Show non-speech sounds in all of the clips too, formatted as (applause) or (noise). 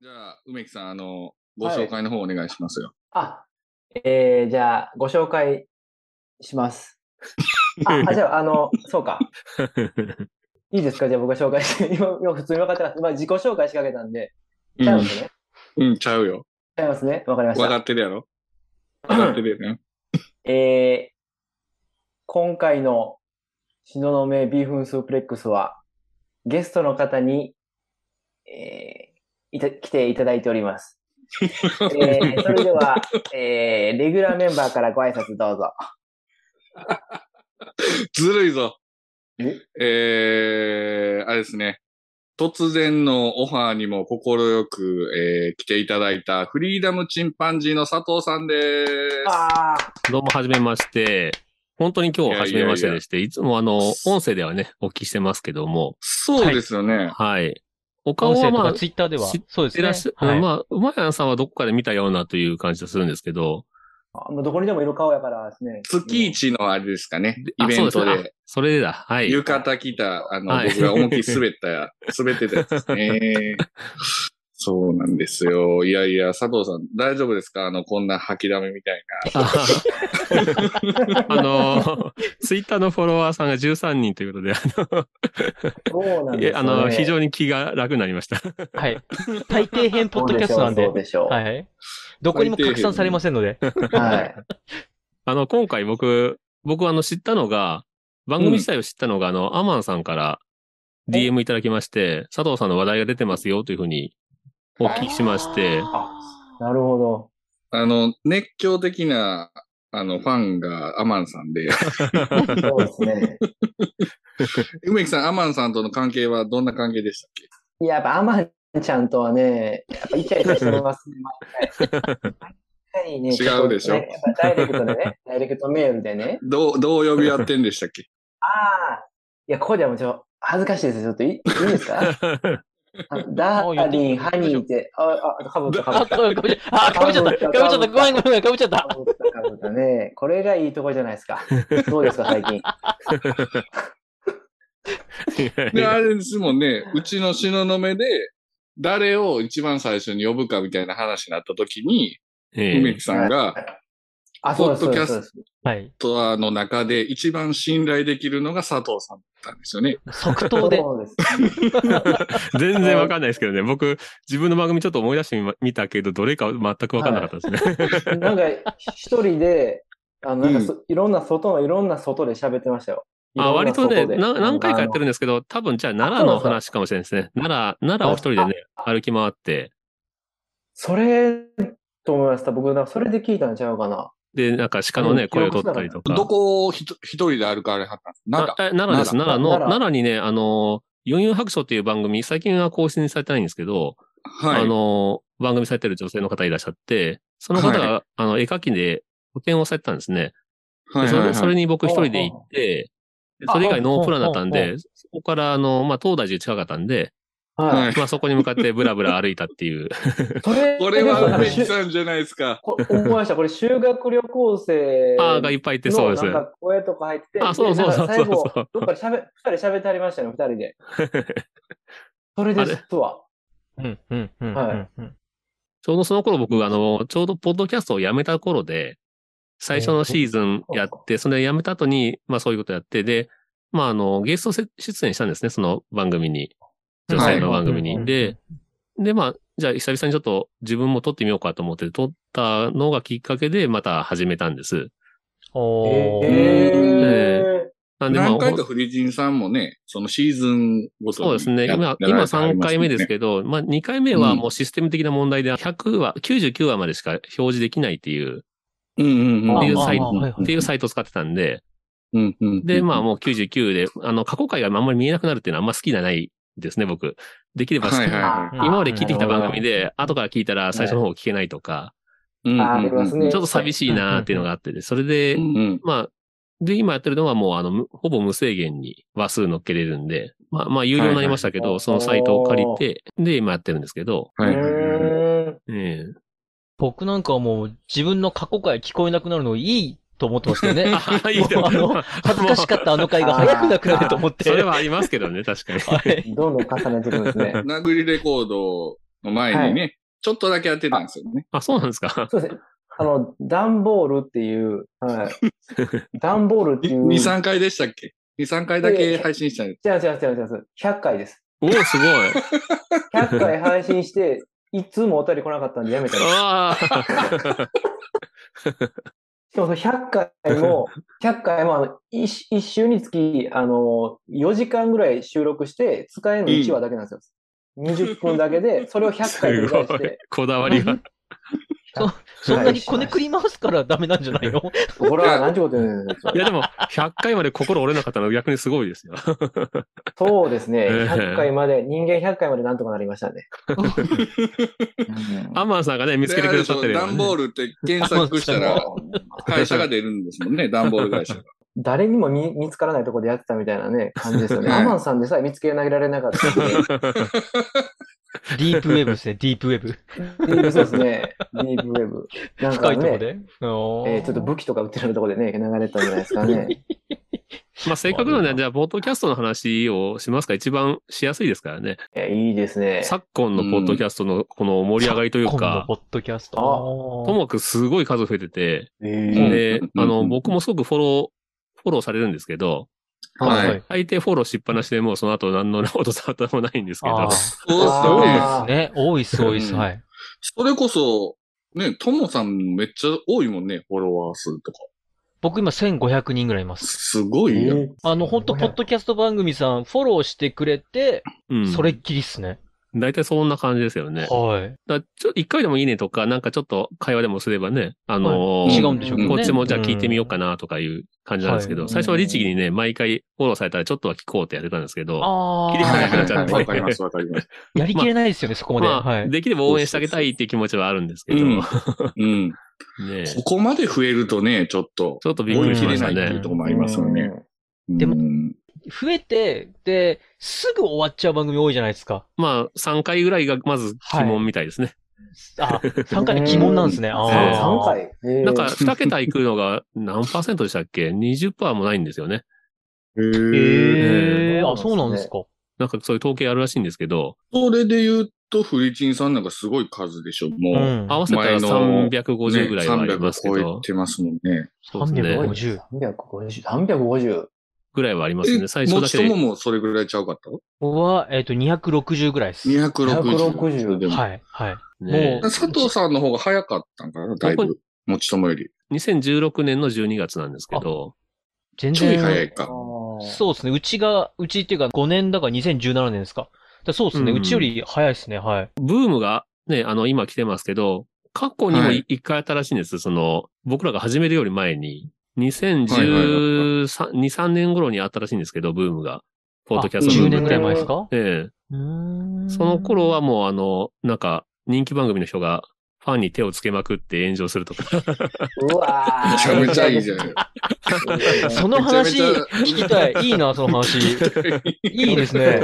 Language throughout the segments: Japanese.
じゃあ、梅木さん、あの、ご紹介の方お願いしますよ。あ、えー、じゃあ、ご紹介 (laughs) します。あ、あじゃあ、あの、そうか。 (laughs) いいですかじゃあ僕が紹介して、今、今普通に分かってなかった。まあ、自己紹介しかけたんで。ちゃいますね。うん、うん、ちゃうよ。ちゃいますね。わかりましわかた。ってるやろわかってる (laughs) よね。えー、今回の東雲ビーフンスープレックスは、ゲストの方に、えー、いた、来ていただいてお (laughs) ります。えー、それでは、えー、レギュラーメンバーからご挨拶どうぞ。ずるいぞえ。えー、あれですね。突然のオファーにも心よく、えー来ていただいたフリーダムチンパンジーの佐藤さんです。ああ、どうも、はじめまして。本当に今日はじめましてでして、いつもあの、音声ではね、お聞きしてますけども、そうですよね。はい。お顔音声はとまかあ、ツイッターでは知っ、そうですいね。らっしゃ、はい。まあ、うまやんさんはどこかで見たようなという感じがするんですけど、あもうどこにでもいる顔やからですね。月一のあれですかね。イあベントそうすでね。あそれでだ。は (laughs) い。浴衣着た、あの、はい僕が思いっきり滑ったや、滑ってたやつですね。そうなんですよ。いやいや、佐藤さん、大丈夫ですかあの、こんな吐きだめみたい (laughs) ああの、ツイッターのフォロワーさんが13人ということで、あそうなんの、いですやよ、あね。の非常に気が楽になりました。はい。 (laughs) 大抵編ポッドキャストなんでそう。でしょう。そうでしはい。どこにも拡散されませんので。ょうはい。あの、今回僕、僕はあの、知ったのが、番組自体を知ったのが、あの、アマンさんからお DM いただきまして、佐藤さんの話題が出てますよというふうにお聞きしま (laughs) して、なるほど。な。あの、熱狂的な、あの、ファンがアマンさんで、 (laughs) そうですね。梅木さん、アマンさんとの関係はどんな関係でしたっけいや、やっぱアマンちゃんとはね、やっぱイチャイチャしてますね、毎回。ね、違うでしょちっとねやっぱダイレクトで (laughs) ね、ダイレクトメールでね。どう、どう呼び合ってんでしたっ (laughs) けああ、いや、ここではもうちょっと恥ずかしいですよ。ちょっといいいいですかあのダーリン、ハニーって、あ、あ、かぶった、かぶあ、 (laughs) った。かぶっちゃった。あ、かぶっちゃった。かぶっちゃった。ごめんごめん。かぶっちゃった。かぶった、かぶったね。これがいいとこじゃないですか。どうですか、最近。で、 (laughs) あれですもんね、うちの東雲で、誰を一番最初に呼ぶかみたいな話になった時に、え梅え木さんが、あ、そうです、ポそッドうキャでスすトそうです。はい。ポッドキャストの中で一番信頼できるのが佐藤さんだったんですよね。即そ答 (laughs) で。うです。全然わかんないですけどね、僕、自分の番組ちょっと思い出してみま見たけど、どれか全くわかんなか (laughs) ったですね。なんか、一人で、あの、なんかそ、いろんな外の、いろんな外で喋ってましたよ。あ割とねな、何回かやってる。るんですけど、多分じゃあ奈良の話かもしれないですね。奈良、奈良を一人でね、歩き回って、それ、と思いました。僕、なんかそれで聞いたんちゃうかな。で、なんか鹿のうんね、声を取ったりとか。どこをひと一人で歩かれはったんですかなんか、あえ奈良です。奈良奈良の、奈良奈良にね、あの、四遊白書っていう番組、最近は更新されてないんですけど、はい。あの、番組されてる女性の方いらっしゃって、その方が、あの、絵描きで補填をされてたんですね。はいでそはいはれいでそれに僕一人で行って、でそれ以外ノープランだったんあああああで、そこから、あの、まあ、東大寺近かったんで、はい。はいまあ、そこに向かってブラブラ歩いたっ (laughs) ていう。それ、これはなんか梅しゅ木さんじゃないですか。こ思いました。これ、修学旅行生ああがいっぱいいて、そうですの。なんか、声とか入ってて、あそうそうそうでなんかそうそ最後う、どっかで喋、二人喋ってありましたね、二人 (laughs) で。それですわ。うん、うん、うん。うんちょうどその頃僕、あの、ちょうどポッドキャストをやめた頃で、最初のシーズンやって、それやめた後に、まあそういうことやって、で、まああの、ゲストせ出演したんですね、その番組に。女性の番組はいに。で、で、まあ、じゃあ久々にちょっと自分も撮ってみようかと思って、撮ったのがきっかけで、また始めたんです。おー。えーなんで、まあ、何回かフリジンさんもね、そのシーズンごとにそうですね。や今、やら今れてあり3ます回もんね目ですけど、まあ2回目はもうシステム的な問題で、100話、99話までしか表示できないっていう、うんうんうん。っていうサイトうんうんっていうサイトを使ってたんで、うんうんで、まあもう99で、あの、過去回があんまり見えなくなるっていうのはあんま好きじゃないですね、僕。できれば好きはいはいあうん今まで聞いてきた番組で、後から聞いたら最初の方聞けないとか、うんうんありますねちょっと寂しいなーっていうのがあってで、それでう、んうんまあ、で、今やってるのはもう、あの、むほぼ無制限に話数乗っけれるんで、まあ、まあ、有料になりましたけはいど、はいそのサイトを借りて、で、今やってるんですけど、はいはいはいはい。うーんえ僕なんかはもう自分の過去回聞こえなくなるのいいと思ってましたよね。え (laughs) あ (laughs) いいともうあの、恥ずかしかったあの回が早くなくなると思って。それはありますけどね、確かに。はい。どんどん重ねていくんですね。殴りレコードの前にね、ちょっとだけやってたんですよね。あ、そうなんですか。 (laughs) そうですね。あの、段ボールっていう、はい。段ボールっていう。 2、3回でしたっけ ?2、3回だけ配信したんです。違う違う違う違う。100回です。おおすごい。 100回配信して、いつもお便り来なかったんでやめたん (laughs) です。あでもその100回も、100回もあの一一週につき、あの、4時間ぐらい収録して、使えるの1話だけなんですよ。20分だけで、それをあ、 100回繰すりご返しい (laughs) て。。 (laughs) こだわりが。そんなにこねくり回すからダメなんじゃ (laughs) ないのほら、何ちゅうこと言うんですかいやでも、100回まで心折れなかったのは逆にすご (laughs) いですよ。そうですね。ええ100回まで、人間100回までなんとかなりましたね。アンマンさんがね、見つけてくださってるでよあうれなでしょね段ボールって検索したら、会社が出るんですもんね、段ボール会社が。誰にも見見つからないところでやってたみたいな (laughs) ね、感じですよね。ねアマンさんでさえ見つけ投げられなかったんで。ディープウェブですね、ディープウェブ。 (laughs) そうですね。ディープウェブ。なん深かいとこね、で。おーえーちょっと武器とか売ってるところでね、流れたんじゃないですかね。 (laughs) まあ、せっかくなんで、じゃあ、ポッドキャストの話をしますか。一番しやすいですからね。いやいいですね。昨今のポッドキャストのこの盛り上がりという今度かポ、ッドキャスト。あともかくすごい数増えてて、うえんーで、うんあの、僕もすごくフォロー、フォローされるんですけど、はいはい。相手フォローしっぱなしでもうその後何の音沙汰もないんですけあどー、そうあですよねー。ね、多いっす、多いっす、うんはい。それこそ、ね、ともさんめっちゃ多いもんね、フォロワー数とか。僕今1500人ぐらいいます。すごいやん。あの、本当ポッドキャスト番組さん、フォローしてくれて、うん。それっきりっすね。大体そんな感じですよね。はい。だからちょ一回でもいいねとか、なんかちょっと会話でもすればね、あのー違うんでしょうけどね。こっちもじゃあ聞いてみようかかなとかいう感じなんですけど、はい最初は律儀にね、毎回フォローされたらちょっとは聞こうってやってたんですけど、ああ。切り替えなくなっちゃはっいてわかります、わかります。 (laughs) やりきれないですよね、そこまで。まはあ、い。できれば応援してあげたいっていう気持ちはあるんですけど、うんねうん。えここまで増えるとね、ちょっと、ちょっとびっく追いりし切まれしなたいっていねう。ところもありますよね。。んでもうん増えて、で、すぐ終わっちゃう番組多いじゃないですか。まあ、3回ぐらいがまず疑問みたいですね。あ、3回で疑問なんですね。あ3 (laughs) ええあ。回。えーなんか、2桁いくのが何パーセントでしたっけ ?20% もないんですよね。へえ、あ、そうなんですか。なんかそういう統計あるらしいんですけど、それで言うと、フリチンさんなんかすごい数でしょ、もう。うん。合わせたら前の350ぐらいはありますけね300超どえ、てますもんね。そうですね。 350 350。350。ぐらいはありますね。最初だもちけともで。もそれぐらいちゃうかったは、えっと、260ぐらいです。 ?260。 260でもはい、はい。ねも佐藤さんの方が早かったんかな、だいどぶ。もちともより。 2016年の12月なんですけど、全ちょい早然、いか。そうですね。うちが、うちっていうか5年だから2017年ですか。だそうですね。うんうちより早いですね、はい。ブームがね、あの、今来てますけど、過去にもはい一回あったらしいんです。その、僕らが始めるより前に、はいはい2013、3年頃にあったらしいんですけど、ブームが。ポッドキャスト10ブーム年ぐらいえ前ですかえうーんその頃はもうあの、なんか、人気番組の人が、ファンに手をつけまくって炎上するとか。うわ (laughs) ーめちゃめちゃいいじゃない。 (laughs) その話、めちゃ聞めちゃ (laughs) きたい。いいな、その話。いいですね。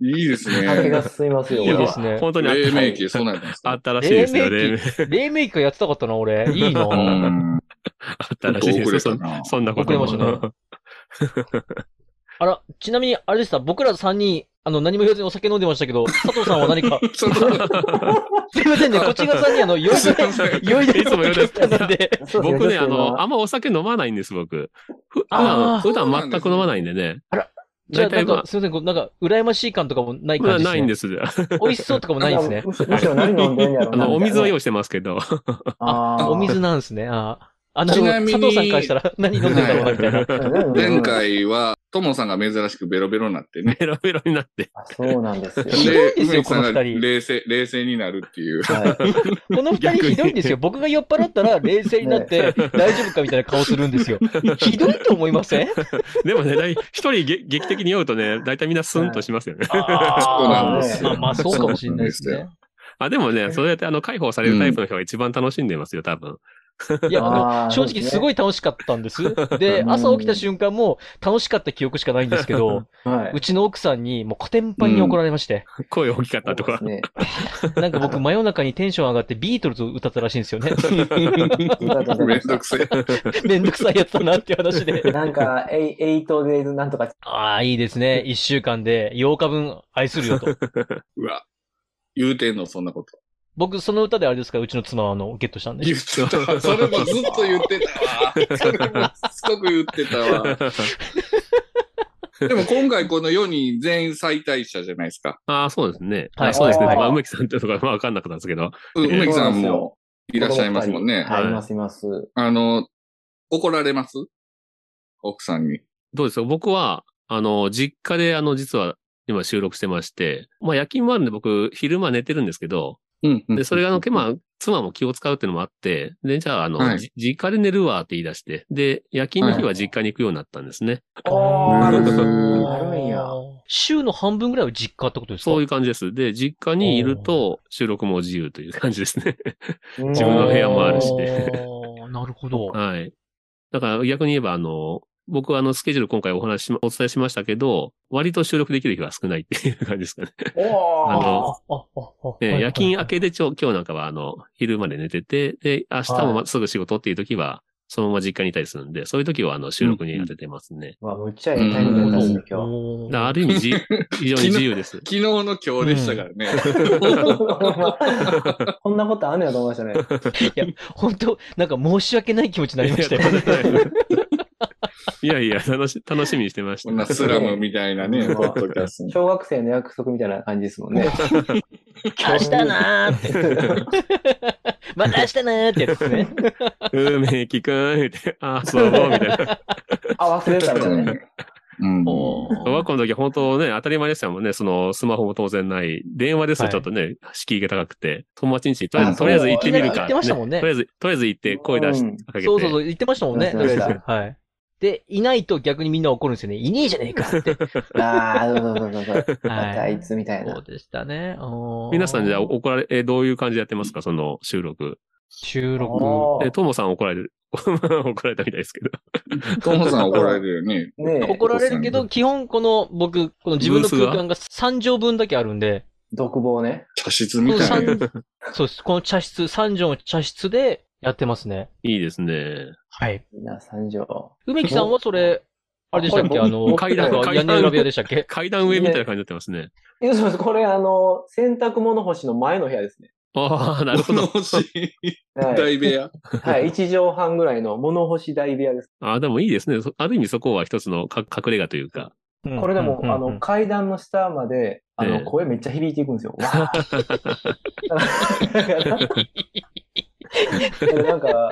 いいです酒がね。進みますよ。いいですね。 (laughs) 本当にあっ黎た明期、そうなんですあったらしいですよ。黎黎明明期黎明期やってたかったな、俺。いいな。うあん。あっちょたっらとしい遅でれすよた。な。そんなことも。遅れましたら、ちなみに、あれでした。僕ら3人、あの、何も言わずにお酒飲んでましたけど、佐藤さんは何か、そんな (laughs) ことすいませんね、こっち側さんにあの、酔いすいだれ、ません酔いだれいつも酔いだれたなんで。そうですね僕ね、あ今の、あんまお酒飲まないんです、僕。ふあーあの普段全く飲まないんでね。じゃあ、大体なんまあか、すいません、こうなんか、羨ましい感とかもないま感あじです、ね。。ないんですす。美味しそうとかもないですね。むしむしろ何飲んでんやろあの、お水は用意意してますけ (laughs) ど。あ、お水なんですね。あーあ、なるほど。ちなみに佐藤さんからしたら、何飲んでんだろうな、みたいな。前。回は、ともさんが珍しくベロベロになってね。ベロベロになって。あそうなん (laughs) ですよ。ひどいですよ梅木さんがこの二人冷静、冷静になるって (laughs) いう。はいこの二人ひどいんですよ。僕が酔っ払ったら冷静になって、大丈夫かみたいな顔するんですよ。ひどいと思いません (laughs) でもね、だい一人げ劇的に酔うとね、大体みんなスンとしますよね。そうなんであすまよあまあ、そうかもしれないですね。あ、でもね、そうやってあの、解放されるタイプの人が一番楽しんでますよ、多分。いや、あーあの、正直すごい楽しかったんです。で、朝起きた瞬間も楽しかった記憶しかないんですけど、。はいうちの奥さんにもうコテンパンに怒られまして、声大きかったとかそう。ですねなんか僕真夜中にテンション上がってビートルズを歌ったらしいんですよね。 (laughs) 歌ってためんどくせえ。めんどくさいやつだなっていう話で。 (laughs) なんか、エイエイトデイズなんとか、ああ、いいですね。一週間で8日分愛するよと。うわ。言うてんの、そんなこと。僕、その歌であれですから、うちの妻はあの、ゲットしたんで。言ってた。それもずっと言ってたわ。それもしつこく言ってた (laughs) わ。でも今回この4人全員再退者じゃないですか。 (laughs) ああ、そうですね。 (laughs) はいはい、そうですね。はいまあ、梅木さんってとか、まあ、わかんなくなったんですけど。うええ梅木さんそうなんですもよいらっしゃいますもんね。はい、います、います。あの、怒られます奥さんに。どうですか僕は、あの、実家で、あの、実は、今収録してまして、まあ、夜勤もあるんで、僕、昼間寝てるんですけど、うん、で、それが、あの、けまあ、妻も気を使うっていうのもあって、で、じゃあ、あの、はいじ実家で寝るわって言い出して、で、夜勤の日は実家に行くようになったんですね。おー、ななるるほほどど。あーあるんや。週の半分ぐらいは実家ってことですかそういう感じです。で、実家にいると、収録も自由という感じです (laughs) ね。自分の部屋もあるしねあーなるほど。はい。だから逆に言えば、あの、僕はあの、スケジュール今回お話ししま、お伝えしましたけど、割と収録できる日は少ないっていう感じですかね。おあーのあ、あ、あ、えー夜勤明け。けでちょ、今日なんかはあの、昼まで寝てて、で、明日もはますぐ仕事っていう時は、そのまま実家にいたりするんで、そういう時はあの、収録に当ててますね。まあ、むっちゃええタイミングだったんですよ、おだーからある意味 (laughs) じ、非常に自由です。昨日の今日でしたからね。今日。 (laughs) こんなことあんねやと思いましたね。いや、本当なんか申し訳ない気持ちになり (laughs) ましたよ。いやいや、楽し、楽しみにしてましこんなた。スラムみたいな (laughs) ね、うんポッドキャストに。小学生の約束みたいな感じですもん (laughs) ね。明日なーって。 (laughs) また明日なーってやつですね。梅木くん、言って、あ、そう、みたいな。 (laughs) あ、忘れてたみたいなね。うん小学校の時は本当ね、当たり前でしたもんね。その、スマホも当然ない。電話ですとはいちょっとね、敷居が高くて、友達ん家にとりあえあず、とりあえず行ってみるそう言か。ってましたもんねとりあえず、とりあえず行って声出しうんかけて。そうそうそう、言ってましたもんね。言ってま (laughs) しはい。で、いないと逆にみんな怒るんですよね。いねえじゃねえかって。ああ、そうそうそうそう。またはあいい。つみたい (laughs) そなう。でしたね。おー皆さんじゃあ怒られ、え、どういう感じでやってますかその収録。収録。おーえ、ともさん怒られる。 (laughs) 怒られたみたいですけど。トモさん怒られるよね。ねえ怒られるけど、基本この僕、この自分の空間が3畳分だけあるんで、独房ね。茶室みたいな。そうです。この茶室、3畳の茶室でやってますね。いいですね。はい。みんな三畳。梅木さんはそれ、あれでしたっけあの、階段階屋段根裏部屋でしたっけ階段上みたいな感じになってますね。いや、そうです。これ、あの、洗濯物干しの前の部屋ですね。ああ、なる (laughs) ほど。物干しは大い。部屋。はい。1畳半ぐらいの物干し大部屋です。ああ、でもいいですね。そある意味そこは一つのか隠れ家というか。 (laughs) これでも、うんうんあうんの、階段の下まで、あええの、声めっちゃ響いていくんですよ。わーだからだからな (laughs) んか、だか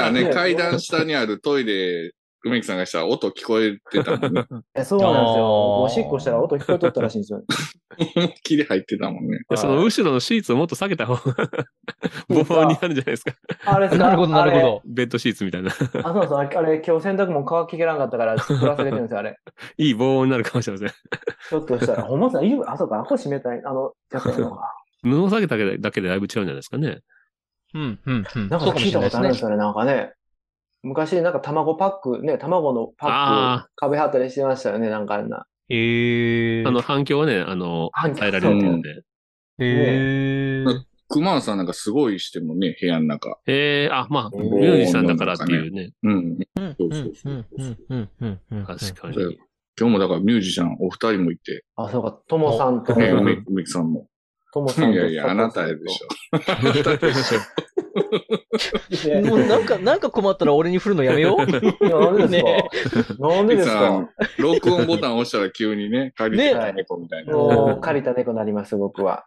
らね、ね階段下にあるトイレ、梅木さんがしたら音聞こえてたもんね。えそうなんですあーよ。おしっこしたら音聞こえとったらしいんですよ。思いっきり入ってたもんね。でその後ろのシーツをもっと下げた方が、ボフになるんじゃないですか。あれですかなるほど、なるほ。ど。ベッドシーツみたいな。あ (laughs) れあ、そうそう、あれ、あれ今日洗濯も乾ききらんかったから、プラス出てるんですよ、あれ。いい防音になるかもしれません。ちょっとしたら、ほんまさん、いるあ、そうか、あ、これ閉めたい。あの、やったのか。布を下げただけでだけでだいぶ違うんじゃないですかね。うん、うん、うん。なんかそうかも聞いしれたないこでとすあるんです。よね、ねなんかね。昔、なんか卵パック、ね、卵のパッあク、壁貼ったりしてましたよね、なんかあんな。えー。あの、、反響はね、あの、あ耐えられるっていうので。えー。熊野さんなんかすごいしてもね、部屋の中。ええあ、まあ、えーミュージシャンだからっていうね。うん。うん、、そううそうんそううんうん、うん、うんうん。確かにそ。う今日もだからミュージシャンお二人もいて、あ、そうか、ともさんと、ね、うん梅梅木さんも。ともいさんと。やいや、あなたでしょ。いや。もうなんか、なんか困ったら俺に振るのやめよう。いや、なんでですか、ねなんで梅で木すさかん、録音ボタン押したら急にね、借りてた猫みたいな。もう、借りた猫になります、僕は。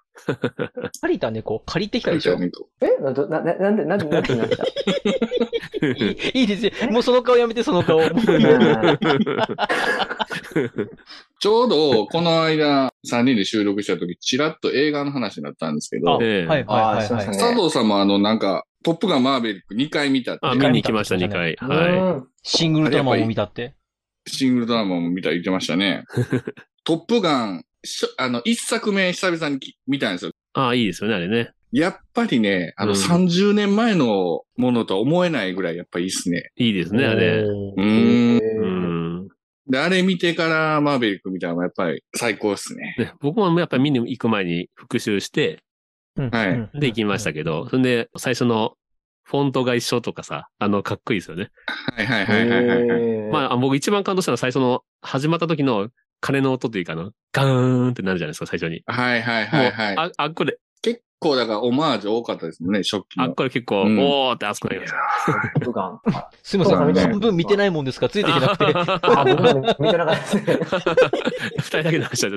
借りた猫、借りてきた借りでしょた。猫。えな、どな、ななんで、なんで、なんで言いましたいいいいですよ。もうその顔やめて、その顔。もううんちょうど、この間、3人で収録した時、ちらっと映画の話になったんですけど、ええはい、はい、あーしまはしいた。ね佐藤さんもあの、なんか、トップガンマーベリック2回見たって (laughs) あ、見に行きました、2回。うはんシングルドラマを見たって。シングルドラマも見た言ってました (laughs) ね。トップガン、しょあの、1作目久々にき見たんですよ。い。あ、いいですよね、あれね。やっぱりね、あの、うん30年前のものとは思えないぐらいやっぱいいっすね。いいですね、あれ。おうーーん。えうーん。で、あれ見てからマーベリック見たのはやっぱり最高っすね。ね、僕もやっぱり見に行く前に復習して、うんはいうんで行きましたけど、それで最初のフォントが一緒とかさ、あの、かっこいいですよね。はいはいはいはいはいはい。えーまあ、僕一番感動したのは最初の始まった時の鐘の音というか、あの、ガーンってなるじゃないですか、最初に。はいはいはいはい。もうあ、あっこで、結構だからオマージュ多かったですもんね、食器あっの。こで結構、うんおーって熱くなりましドカン。すみまそせうなんん、だよ半分見てないもんですから、ついてきなくて。あ、た。僕も見てなかったですね。 (laughs) 二人だけで話しちゃっ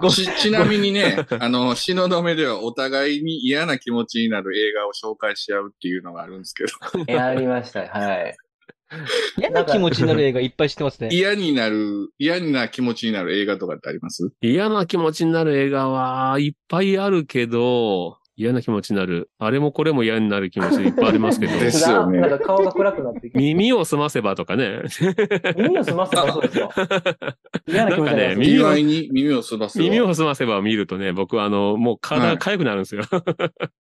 ごち、ちなみにね、 (laughs) あの、死の止めではお互いに嫌な気持ちになる映画を紹介し合うっていうのがあるんですけど、やりました。はい。嫌な気持ちになる映画いっぱい知ってますね。嫌になる、嫌な気持ちになる映画とかってありますた。 (laughs) 嫌な気持ちになる映画はいっぱいあるけど、嫌な気持ちになる。あれもこれも嫌になる気持ちいっぱいありますけど。 (laughs) ですよねなんか顔が暗くなってきて。耳を澄ませばとかね。耳を澄ませばそうですよ。嫌な気持ちになります耳意を外に耳をすばす耳を澄ませばを見るとね、僕はあの、もう体はがい痒くなるんですよ。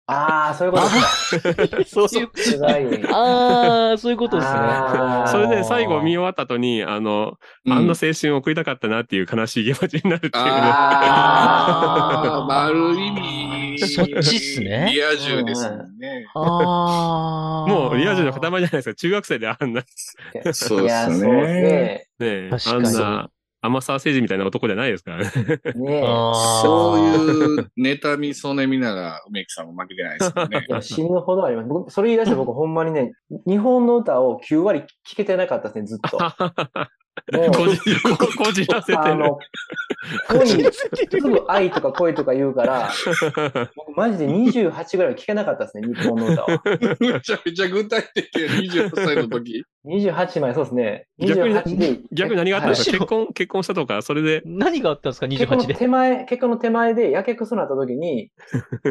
ああ、そういうことですか。そういう。すごい。あー、そういうことです (laughs) ね。あーそれで最後見終わった後に、あの、うんあんな青春を送りたかったなっていう悲しい気持ちになるっていうね。あああ、ある意味。そっちっすねリア充ですもんね。あー。もうリア充の塊じゃないですか。中学生であんな、そういっや、すそうね。でね、確かあんにな、天沢誠治みたいな男じゃないですからね。すね。ねえ。あーそういう妬み、そねみなら、梅木さんも負けてないですも (laughs) んねい。や死ぬほどあります。僕、それ言い出して僕ほんまにね、日本の歌を9割聴けてなかったですね、ずっ (laughs) と。もこう、じ、こじらせてある。の、ここにす (laughs) ぐ愛とか恋とか言うから、僕マジで28ぐらいは聴けなかった (laughs) ですね、日本の歌は。めちゃめちゃ具体的や、28歳の時。 28枚、そうですね。逆に28で。 (laughs) 逆に何があったんですか、はい結婚、結婚したとか、それで、何があったんですか、結婚の28で。手前、結婚の手前で、やけくそになった時 (laughs) に、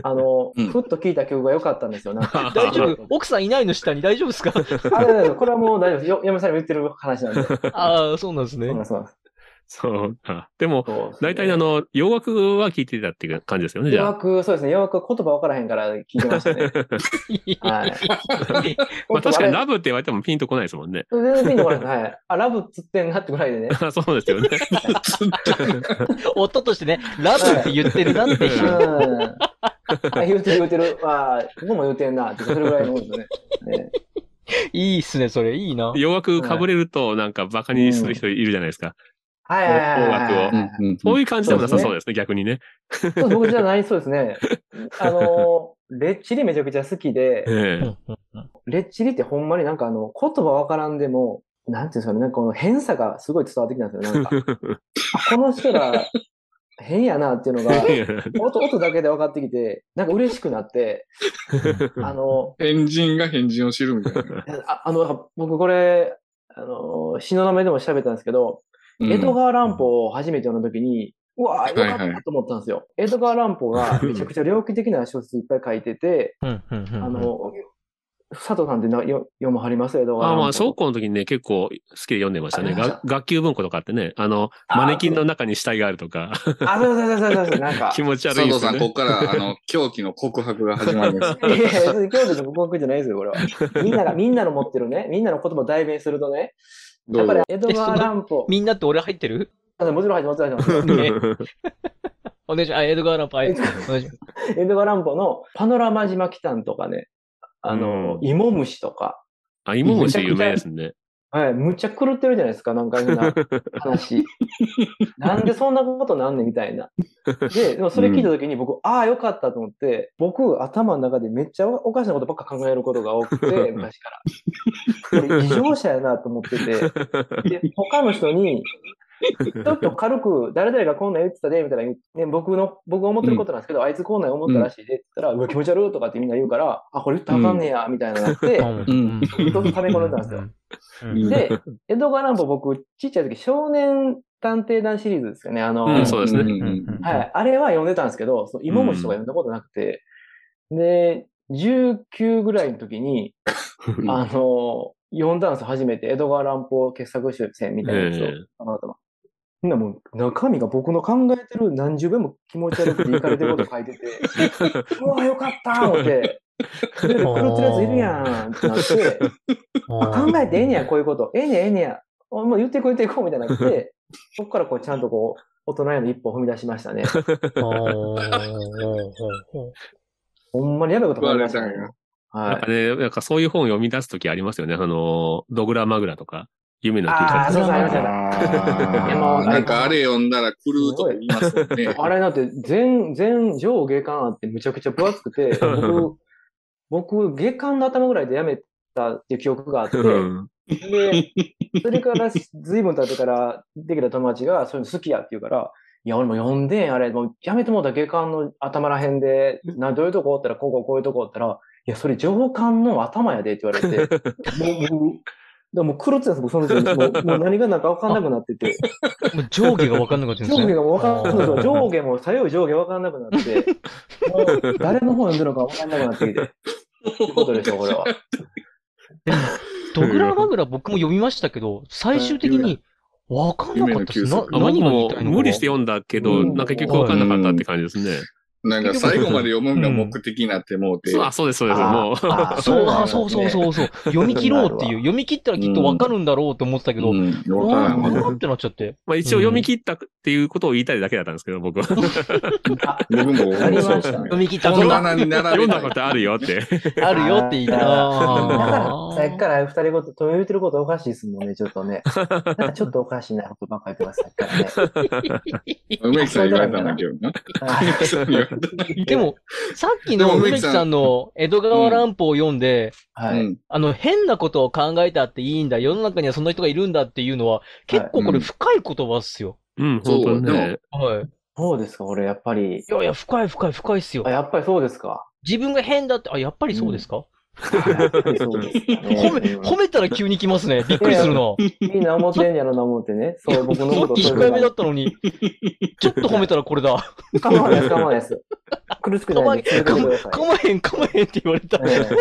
あの、うんふっと聞いた曲が良かったんですよ。なん (laughs) か大丈夫奥さんいないの下に大丈夫 (laughs) ですかあれだこれはもう大丈夫です。よ嫁さんにも言ってる話 (laughs) なんで。そうああ、そうなんですね。なんですそうなんですそうか。でも、そうですね (laughs) 大体あの、洋楽は聴いてたっていう感じですよね、じ洋ゃあ。楽、そうですね。洋楽は言葉分からへんから聞いてました (laughs) ね。はい。まあ確かあにれラブって言われてもピンとこないですもんね。 (laughs) 全然ピンとこないです。はい。あ、ラブっつってんなってぐらいでね。あそうですよね。夫としてね、ラブって言ってるなっていうう。ん。 (laughs) あ言うてる言うてる。ああ、僕も言うてんな。ってそれぐらいのもんです (laughs) ね。ねいいっすね、それ。いいな。洋楽被れると、なんかバカにする人いるじゃないですか。はいはいはいはい音楽をはい。そういう感じでもなさそうですね、逆にね。そう僕じゃないそうです (laughs) ね。あのー、レッチリめちゃくちゃ好きで、ええレッチリってほんまになんかあの、言葉わからんでも、なんていうんですかね、なんかこの変さがすごい伝わってきたんですよ。なんか、あこの人ら変やなっていうのが、音音だけで分かってきて、なんか嬉しくなって、あの、変人が変人を知るみたいな。ああの、僕これ、あの、詩の名前でも喋ったんですけど、うん江戸川乱歩を初めて読んだ時に、うわーよかったと思ったんですよ。江戸川乱歩がめちゃくちゃ猟奇的な小説いっぱい書いてて、ああ、の、佐藤さんってなよ読まはります江戸川 (laughs) あ乱歩。まあ、小学校の時にね、結構好きで読んでましたね。ありましたが学級文庫とかってね、あの、あマネキンの中に死体があるとか、あ、そうそうそうそうそう、なんか (laughs) 。気持ち悪佐いんで藤すさよん、こね。こから、あの、狂気の告白が始まります。いやいや、別に今日の告白じゃないですよ、これは。みんなが、みんなの持ってるね、みんなの言葉を代弁するとね、どやっうぱぞり。江戸川乱歩、みんなって俺入ってるあもちろん入ってます、入ってます。ねお願いします。あ、エドガーランパイ。お願いします。 (laughs) 江戸川乱歩のパノラマ島北んとかね、あのう、んイモムシとか、あ、芋虫有名ですね。はい、むっちゃ狂ってるじゃないですか、なんか変 (laughs) な話。なんでそんなことなんねんみたいな。で、でもそれ聞いた時に僕、ああ、よかったと思って、僕、頭の中でめっちゃおかしなことばっか考えることが多く (laughs) て、昔から。これ異常者やなと思ってて、 (laughs) で、他の人に、ちょっと軽く、誰々がこんなん言ってたで、みたいな言う、ね、僕の、僕が思ってることなんですけど、あいつこんなん思ったらしいで、って言ったら、うわ、気持ち悪いとかってみんな言うから、あ、これ言ったらあかんねや、みたいななって、うんずっと溜め込んでたんですよ。うんで、 (laughs) 江戸川乱歩僕、ちっちゃい時、少年探偵団シリーズですよね。あの、うん (laughs) そうですねんうんはい。あれは読んでたんですけど、その芋虫とか読んだことなくて、で、19ぐらいの時に、んあの、読んだんですよ、初めて。江戸川乱歩傑作集選みたいなやつをええ。あの頭みんなもう中身が僕の考えてる何十倍も気持ち悪くていかれてること書い (laughs) てて、うわ、よかった思って、狂ってるやついるやんってなって、考えてええねや、こういうこと。ええねや、ええねや。おもう言ってこう言ってこうみたいになって、そこからこうちゃんとこう、大人への一歩を踏み出しましたね。ほんまにやばいこと考えましたね言われ。なんはかね、なんかそういう本を読み出すときありますよね。あの、ドグラマグラとか。夢の T シあーャツそう。そうありましたあいやもーうなんかあれ読んだら狂うとか言いますよね。 (laughs) あれだって、全、全上下巻あってむちゃくちゃ分厚くて、僕、僕、下巻の頭ぐらいでやめたっていう記憶があって、うんで、それから随分経ってからできた友達がそういうの好きやって言うから、いや、俺も読んでん、あれ、もうやめてもうた下巻の頭らへんで、な、どういうとこおったら、こうこうこういうとこおったら、いや、それ上巻の頭やでって言われて、もう、もう、でもう狂ってたんです、僕その時もうもう何がなんかわかんなくなってて。もう上下が分かんなくなってるんで上下すね。がもう分かんなくなあっーて、上下も左右上下分かんなくなって、もう誰の本読んでるのか分かんなくなってきて。ってことでしょ、これは。ドグラマグラ僕も読みましたけど、最終的に分かんなかったです。夢のな休息あ何僕が言いもたいのか無理して読んだけど、うんなんか結局わかんなかったって感じですね。なんか最後まで読むんが目的になってもうて。そうあ、そうです、そうです。もう、あーそう、あー、そうそうそうそう。読み切ろうっていう。読み切ったらきっと分かるんだろうと思ってたけど、うん、わからあんわーってなっちゃって。まあ一応読み切ったっていうことを言いたいだけだったんですけど、僕は。僕も、なりましたそうですね読。み切った本本だ棚に並べ (laughs) 読んただいことあるよって。あるよって言いたい。あーだから、あさっきーから二人ごと、止め言ってることおかしいですもんね、ちょっと (laughs) ね。なんかちょっとおかしいなことばっかり言ってます、さっき梅木さん言われたんだけどな。からね。でも、さっきのでも梅木さんの江戸川乱歩を読んで、はうい。んあの、変なことを考えたっていいんだ、世の中にはそんな人がいるんだっていうのは、結構これ深い言葉っすよ。 (laughs) うん、本当にそうねで。はい。いそうですか、俺、やっぱり。やいや、深い深い深いっすよあ、。やっぱりそうですか。自分が変だって、あ、やっぱりそうですか、はいやっぱりそうですかね褒め、褒めたら急に来ますね。びっくりするな。みんな思ってんやろな思ってね。そう、僕のさこ (laughs) っときそう控えめだいうった (laughs) のに、ちょっと褒めたらこれだ。の構わないです、構わないです。苦しくかなまへいん、です。 (laughs) か続けてまくだかまへん、かまへんって言われた。いさい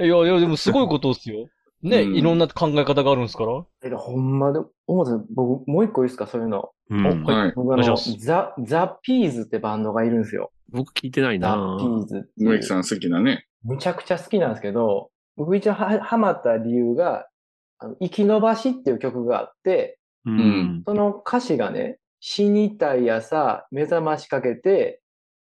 ええやいや、でもすごいことっすよ。ね、うんいろんな考え方があるんですから。えっと、ほんまで、思ったんです僕、もう一個いいですか、そういうの。うんはい。僕あの、お願いしまザ、ザ・ピーズってバンドがいるんですよ。僕聞いてないザ・なピーズっていう。梅木さん好きだね。むちゃくちゃ好きなんですけど、僕一応は、はまった理由が、あの、生き延ばしっていう曲があって、ううんん。その歌詞がね、死にたい朝、目覚ましかけて、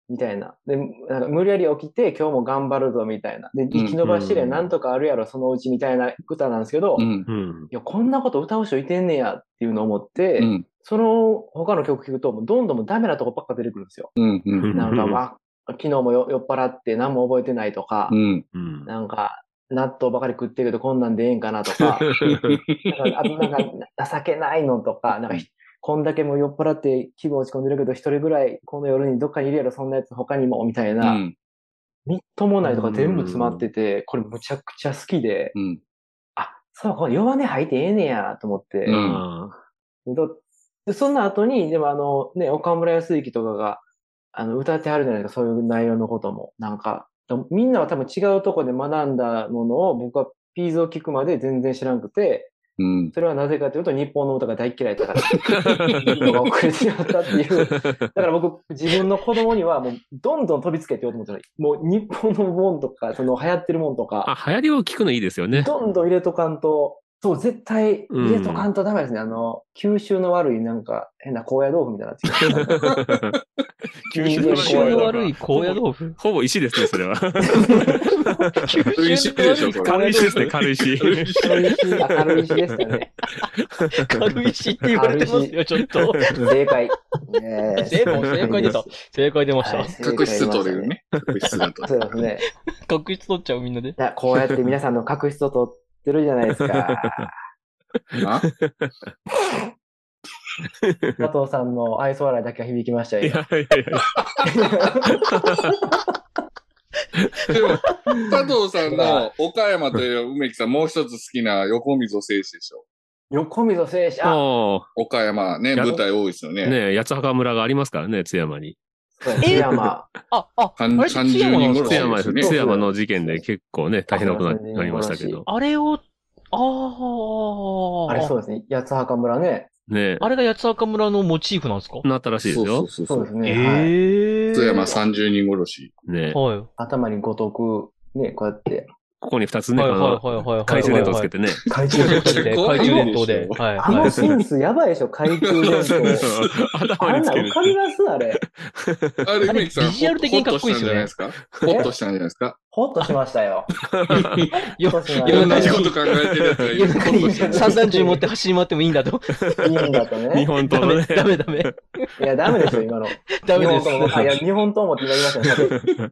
みたいな。で、なんか無理やり起きて、今日も頑張るぞ、みたいな。で、生き延ばしてりゃなんとかあるやろ、そのうち、みたいな歌なんですけど、ういん。うん。や、こんなこと歌う人いてんねや、っていうのを思って、うん。その他の曲聴くと、もうどんどんもうダメなとこばっか出てくるんですよ。うん。ううんん。なんか、わ昨日もよ酔っ払って何も覚えてないとかう、ん。うん。 (laughs) なんか、納豆ばかり食ってるけどこんなんでええんかなと (laughs) か、なんかあとなんか情けないのとか、なんかひ、こんだけもう酔っ払って気分落ち込んでるけど、一人ぐらいこの夜にどっかにいるやろ、そんなやつ他にも、みたいうな、ん。みっともないとか全部詰まってて、これむちゃくちゃ好きで、うん。あ、そう、これ弱音吐いてええねや、と思って、うんどでそんな後に、でもあの、ね、岡村康之とかが、あの、歌ってあるじゃないですか、そういう内容のことも。なんか、でもみんなは多分違うとこで学んだものを、僕はピーズを聞くまで全然知らなくて、うん。それはなぜかというと、日本の歌が大嫌いだから、いいのが遅れてしまったっていう。だから僕、自分の子供には、もう、どんどん飛びつけてようと思ってない。もう、日本のもんとか、その、流行ってるもんとか、あ、流行りを聞くのいいです (laughs) よね。どんどん入れとかんと、そう、絶対入れとかんとダメですね。あの、九州の悪いなんか変な高野豆腐みたいになってき九州九の州の悪悪いい高野豆腐。ほぼ石ですね、それは。九軽石でしょ、こ軽れ。石ですね、軽石。た。軽い石、明るい石ですかね。軽石って言われてますよ、ちょっと。正解。ねえ正解、正解出た。正解出ましはたい。正解角質出ました取れる。ね。角質だと。 (laughs) そうですね。確執取っちゃう、みんなで。だこうやって皆さんの角質を取ってるじゃないですか。な佐藤さんの愛想笑いだけが響きました (laughs) いよ。やいやいや。で (laughs) も、佐藤さんの岡山という梅木さん、もう一つ好きな横溝選手でしょ。横溝正社。ああ岡山ね、や舞台多いですよあ、ね。ねえ、八幡村がありますからね、津山に。そうです津山。あ、あ、あ三れ30津山なん人ですぐかい津山でらすね。そうそう津山の事件で結構ね、大変なことになりましたけど。あれを、ああ。あれそうですね。八つ墓村ね。ねあれが八つ墓村のモチーフなんですかえ、なったらしいですよ。そうそうですえね。はい。え津山30人殺し。ねえ。はい。頭に五徳、ね、こうやってここに二つね、あの、はいはい。懐中電灯つけてね。懐中電懐灯中電灯怖い懐中電灯で。怖はい。あはのいセンスやばいでしょ、懐中電そうそう灯。そう (laughs) 頭あにんつなけ浮る。かびますあれ。あれ、梅木さん、ビジュアル的にかっこいいですよねほっほっとしたんじゃないですか。ほっとしましたよ。よほっとしまほっ夜と中したんじゃないですか。同じにこと考えてるやつがい夜る。中ほっとしたんにじゃ散弾銃持って走り回ってもいいんだと。いいんだと日ね。本刀ダのメ、ね。ダメ、ダメ。いや、ダメですよ、今の。ダメ日で本刀あ、いす。や、日本刀もってなりましたね。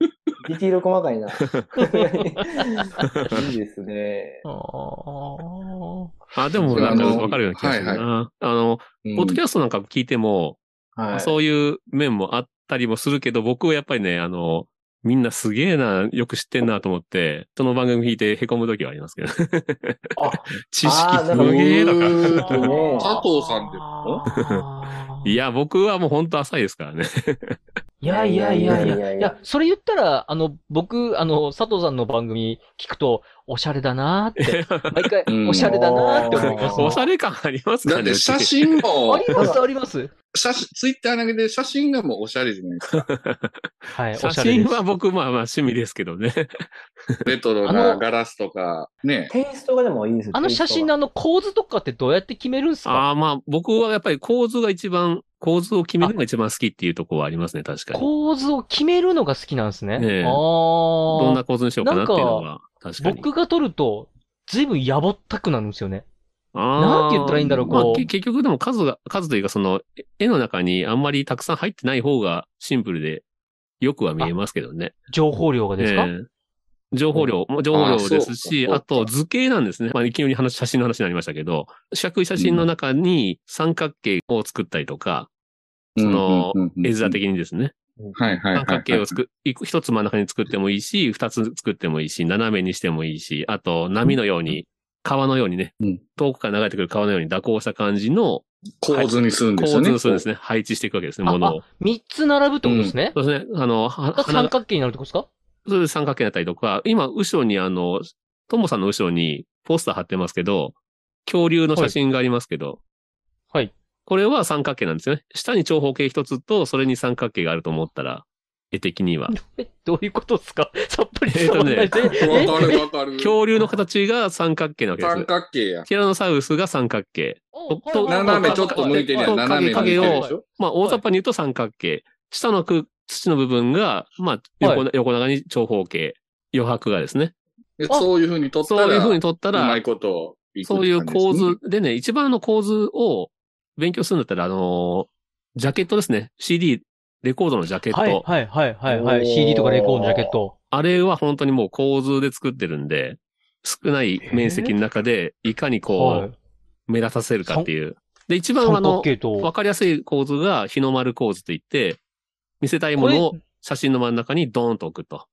ディティール細か (laughs) いな。いいですね。あー (laughs) あ、でもなんかわかるような気がするあのな。あの、ないポッドキャストなんか聞いても、はい。そういう面もあったりもするけど、僕はやっぱりね、あの、みんなすげえな、よく知ってんなと思って、その番組聞いて凹む時はありますけど。あ (laughs) 知あ識ーなすんかげえとうか。ーんそうね佐藤さんでもあーいや、僕はもう本当浅いですからね。いやいやいやいいやいやや。いやいや、それ言ったら、あの、僕、あの、佐藤さんの番組聞くと、おしゃれだなーって、毎回う、んおしゃれだなーって思います。うん (laughs) おしゃれ感ありますかだねって写真あもり、ます、あります。写真、ツイッター投げて写真がもうおしゃれじゃない (laughs) ですか。はい、おし写ゃれで真す。は僕、まあまあ趣味ですけどね。レトロあなのガラスとか、ね。テイストがでもいいですよあの写真のあの構図とかってどうやって決めるんすかああ、まあ僕はやっぱり構図が一番、構図を決めるのが一番好きっていうところはありますね、確かに。構図を決めるのが好きなんですね。ねえああ。どんな構図にしようかなっていうのが、確かに。僕が撮ると、ずいぶんやぼったくなるんですよね。あーなんて言ったらいいんだろうまあこうけ結局でも数が、数というかその、え絵の中にあんまりたくさん入ってない方がシンプルで、よくは見えますけどね。情報量がですか、ええ情報量、もう情報量ですし、ああそうかそうと図形なんですね。まあ、急に話、写真の話になりましたけど、四角い写真の中に三角形を作ったりとか、そのうんうんうんうん絵面的にですね。はいはいはい三角形をはい。作、いく一つ真ん中に作ってもいいし、二つ作ってもいいし、斜めにしてもいいし、あと波のように、川のようにねうん、遠くから流れてくる川のように蛇行した感じの構図にするんですよ構ね。図をするんですね。配置していくわけですね、あものを。三つ並ぶってことですね。そうですね。あの、はが花三が、角形になるってことですかそれで三角形だったりとか、今、後ろにあの、ともさんの後ろにポスター貼ってますけど、恐竜の写真がありますけど、はい。これは三角形なんですよね。下に長方形一つと、それに三角形があると思ったら、絵的には。え、どういうことですか (laughs) さっぱり伝わんないですね。わかるわかる。恐竜の形が三角形なわけです。三角形や。ティラノサウルスが三角形。えと斜めちょっと向いてるやん。と斜めに向いてるでしょ。まあ、大雑把に言うと三角形。下のく土の部分が、まあ横な、横長に長方形。余白がですね。であそういう風に撮ったら、そういう風に撮ったうまらい、こといくってそ感うじでいすうね構図。でね、一番の構図を勉強するんだったら、あのージャケットですね。CD、レコードのジャケット。はい、はい、はい、はい、はおーい。CD とかレコードのジャケット。あれは本当にもう構図で作ってるんで、少ない面積の中で、いかにはこい。う、目立たせるかっていう。で、一番あ三角の、形わと。かりやすい構図が日の丸構図といって、見せたいものをこれ写真の真ん中にドーンと置くと。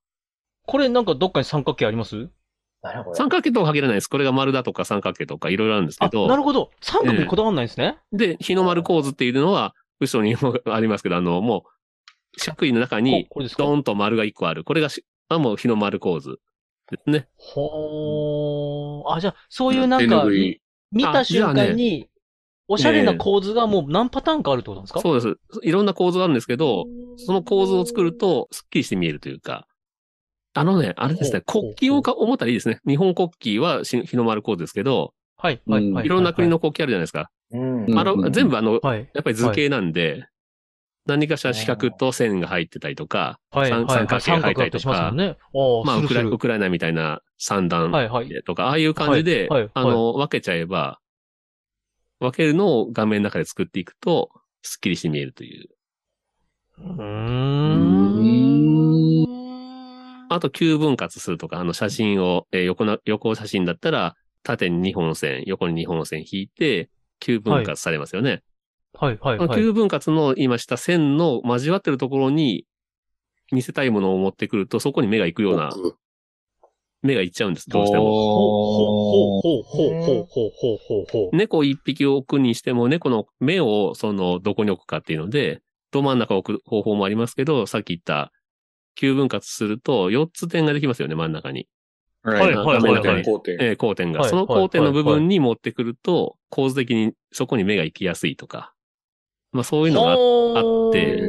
これなんかどっかに三角形あります何これ三角形とは限らないです。これが丸だとか三角形とかいろいろあるんですけあ、など、るほど。三角にこだわんないんですね。で、日の丸構図っていうのは、後ろにもありますけど、あの、もう、四角いの中にここれですかドーンと丸が一個ある。これがし、あもう日の丸構図ですね。ほー。あ、じゃあ、そういうなん手か、拭い見た瞬じゃあ間に、おしゃれな構図がもう何パターンかあるってことなんですか、そうです。いろんな構図があるんですけど、その構図を作ると、すっきりして見えるというか。あのね、あれですね、ほうほ国う旗をか思ったらいいですね。日本国旗はし日の丸構図ですけど、はい、はい、はい。いろんな国の。の国旗あるじゃないですか。うん。うんあの、全部あの、はい。やっぱり図形なんで、何かしら四角と線が入ってたりとか、はい、三はい、三は角い。形が三入った角だりととしますもかん、ね。ああ、まあ、すウるクすラるウ。クライナみたいな三段はい、はい。とか、ああいう感じで、はいはいあの、分けちゃえば、分けるのを画面の中で作っていくと、スッキリして見えるという。ううーん。ーんあと、急分割するとか、あの、写真を、えー横な、横写真だったら、縦に2本線、横に2本線引いて、急分割されますよね。はい、はい、あのはい。急分割の今した線の交わってるところに、見せたいものを持ってくると、そこに目が行くような、僕目が行っちゃうんです、どうしても。ほうほうほうほうほうほうほうほうほう。猫一匹を置くにしても、猫の目を、その、どこに置くかっていうので、ど真ん中を置く方法もありますけど、さっき言った、急分割すると、4つ点ができますよね、真ん中に。はいはいはい画面はのい工程えー交点が。はいその交点の部はいはい分に持ってくると、構図的にそこに目が行きやすいとか。まあそういうのがあっあって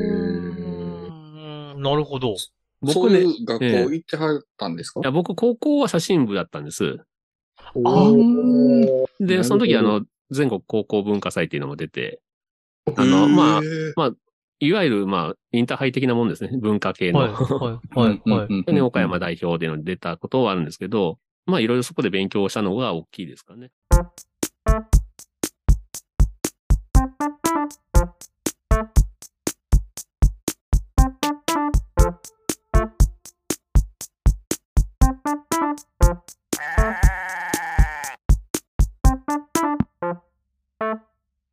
なるほど。そう僕ね、いいう学校ええ行ってはったんですかや僕高校は写真部だったんです。あうんで、その時なあるほどの、全国高校文化祭っていうのも出て、あの、まあ、いわゆる、まあ、インターハイ的なもんですね。 (laughs) 文化系の。はい、はい、はい、はい。いで、岡山代表での出たことはあるんですけど、まあ、いろいろそこで勉強したのが大きいですかね。 Ah.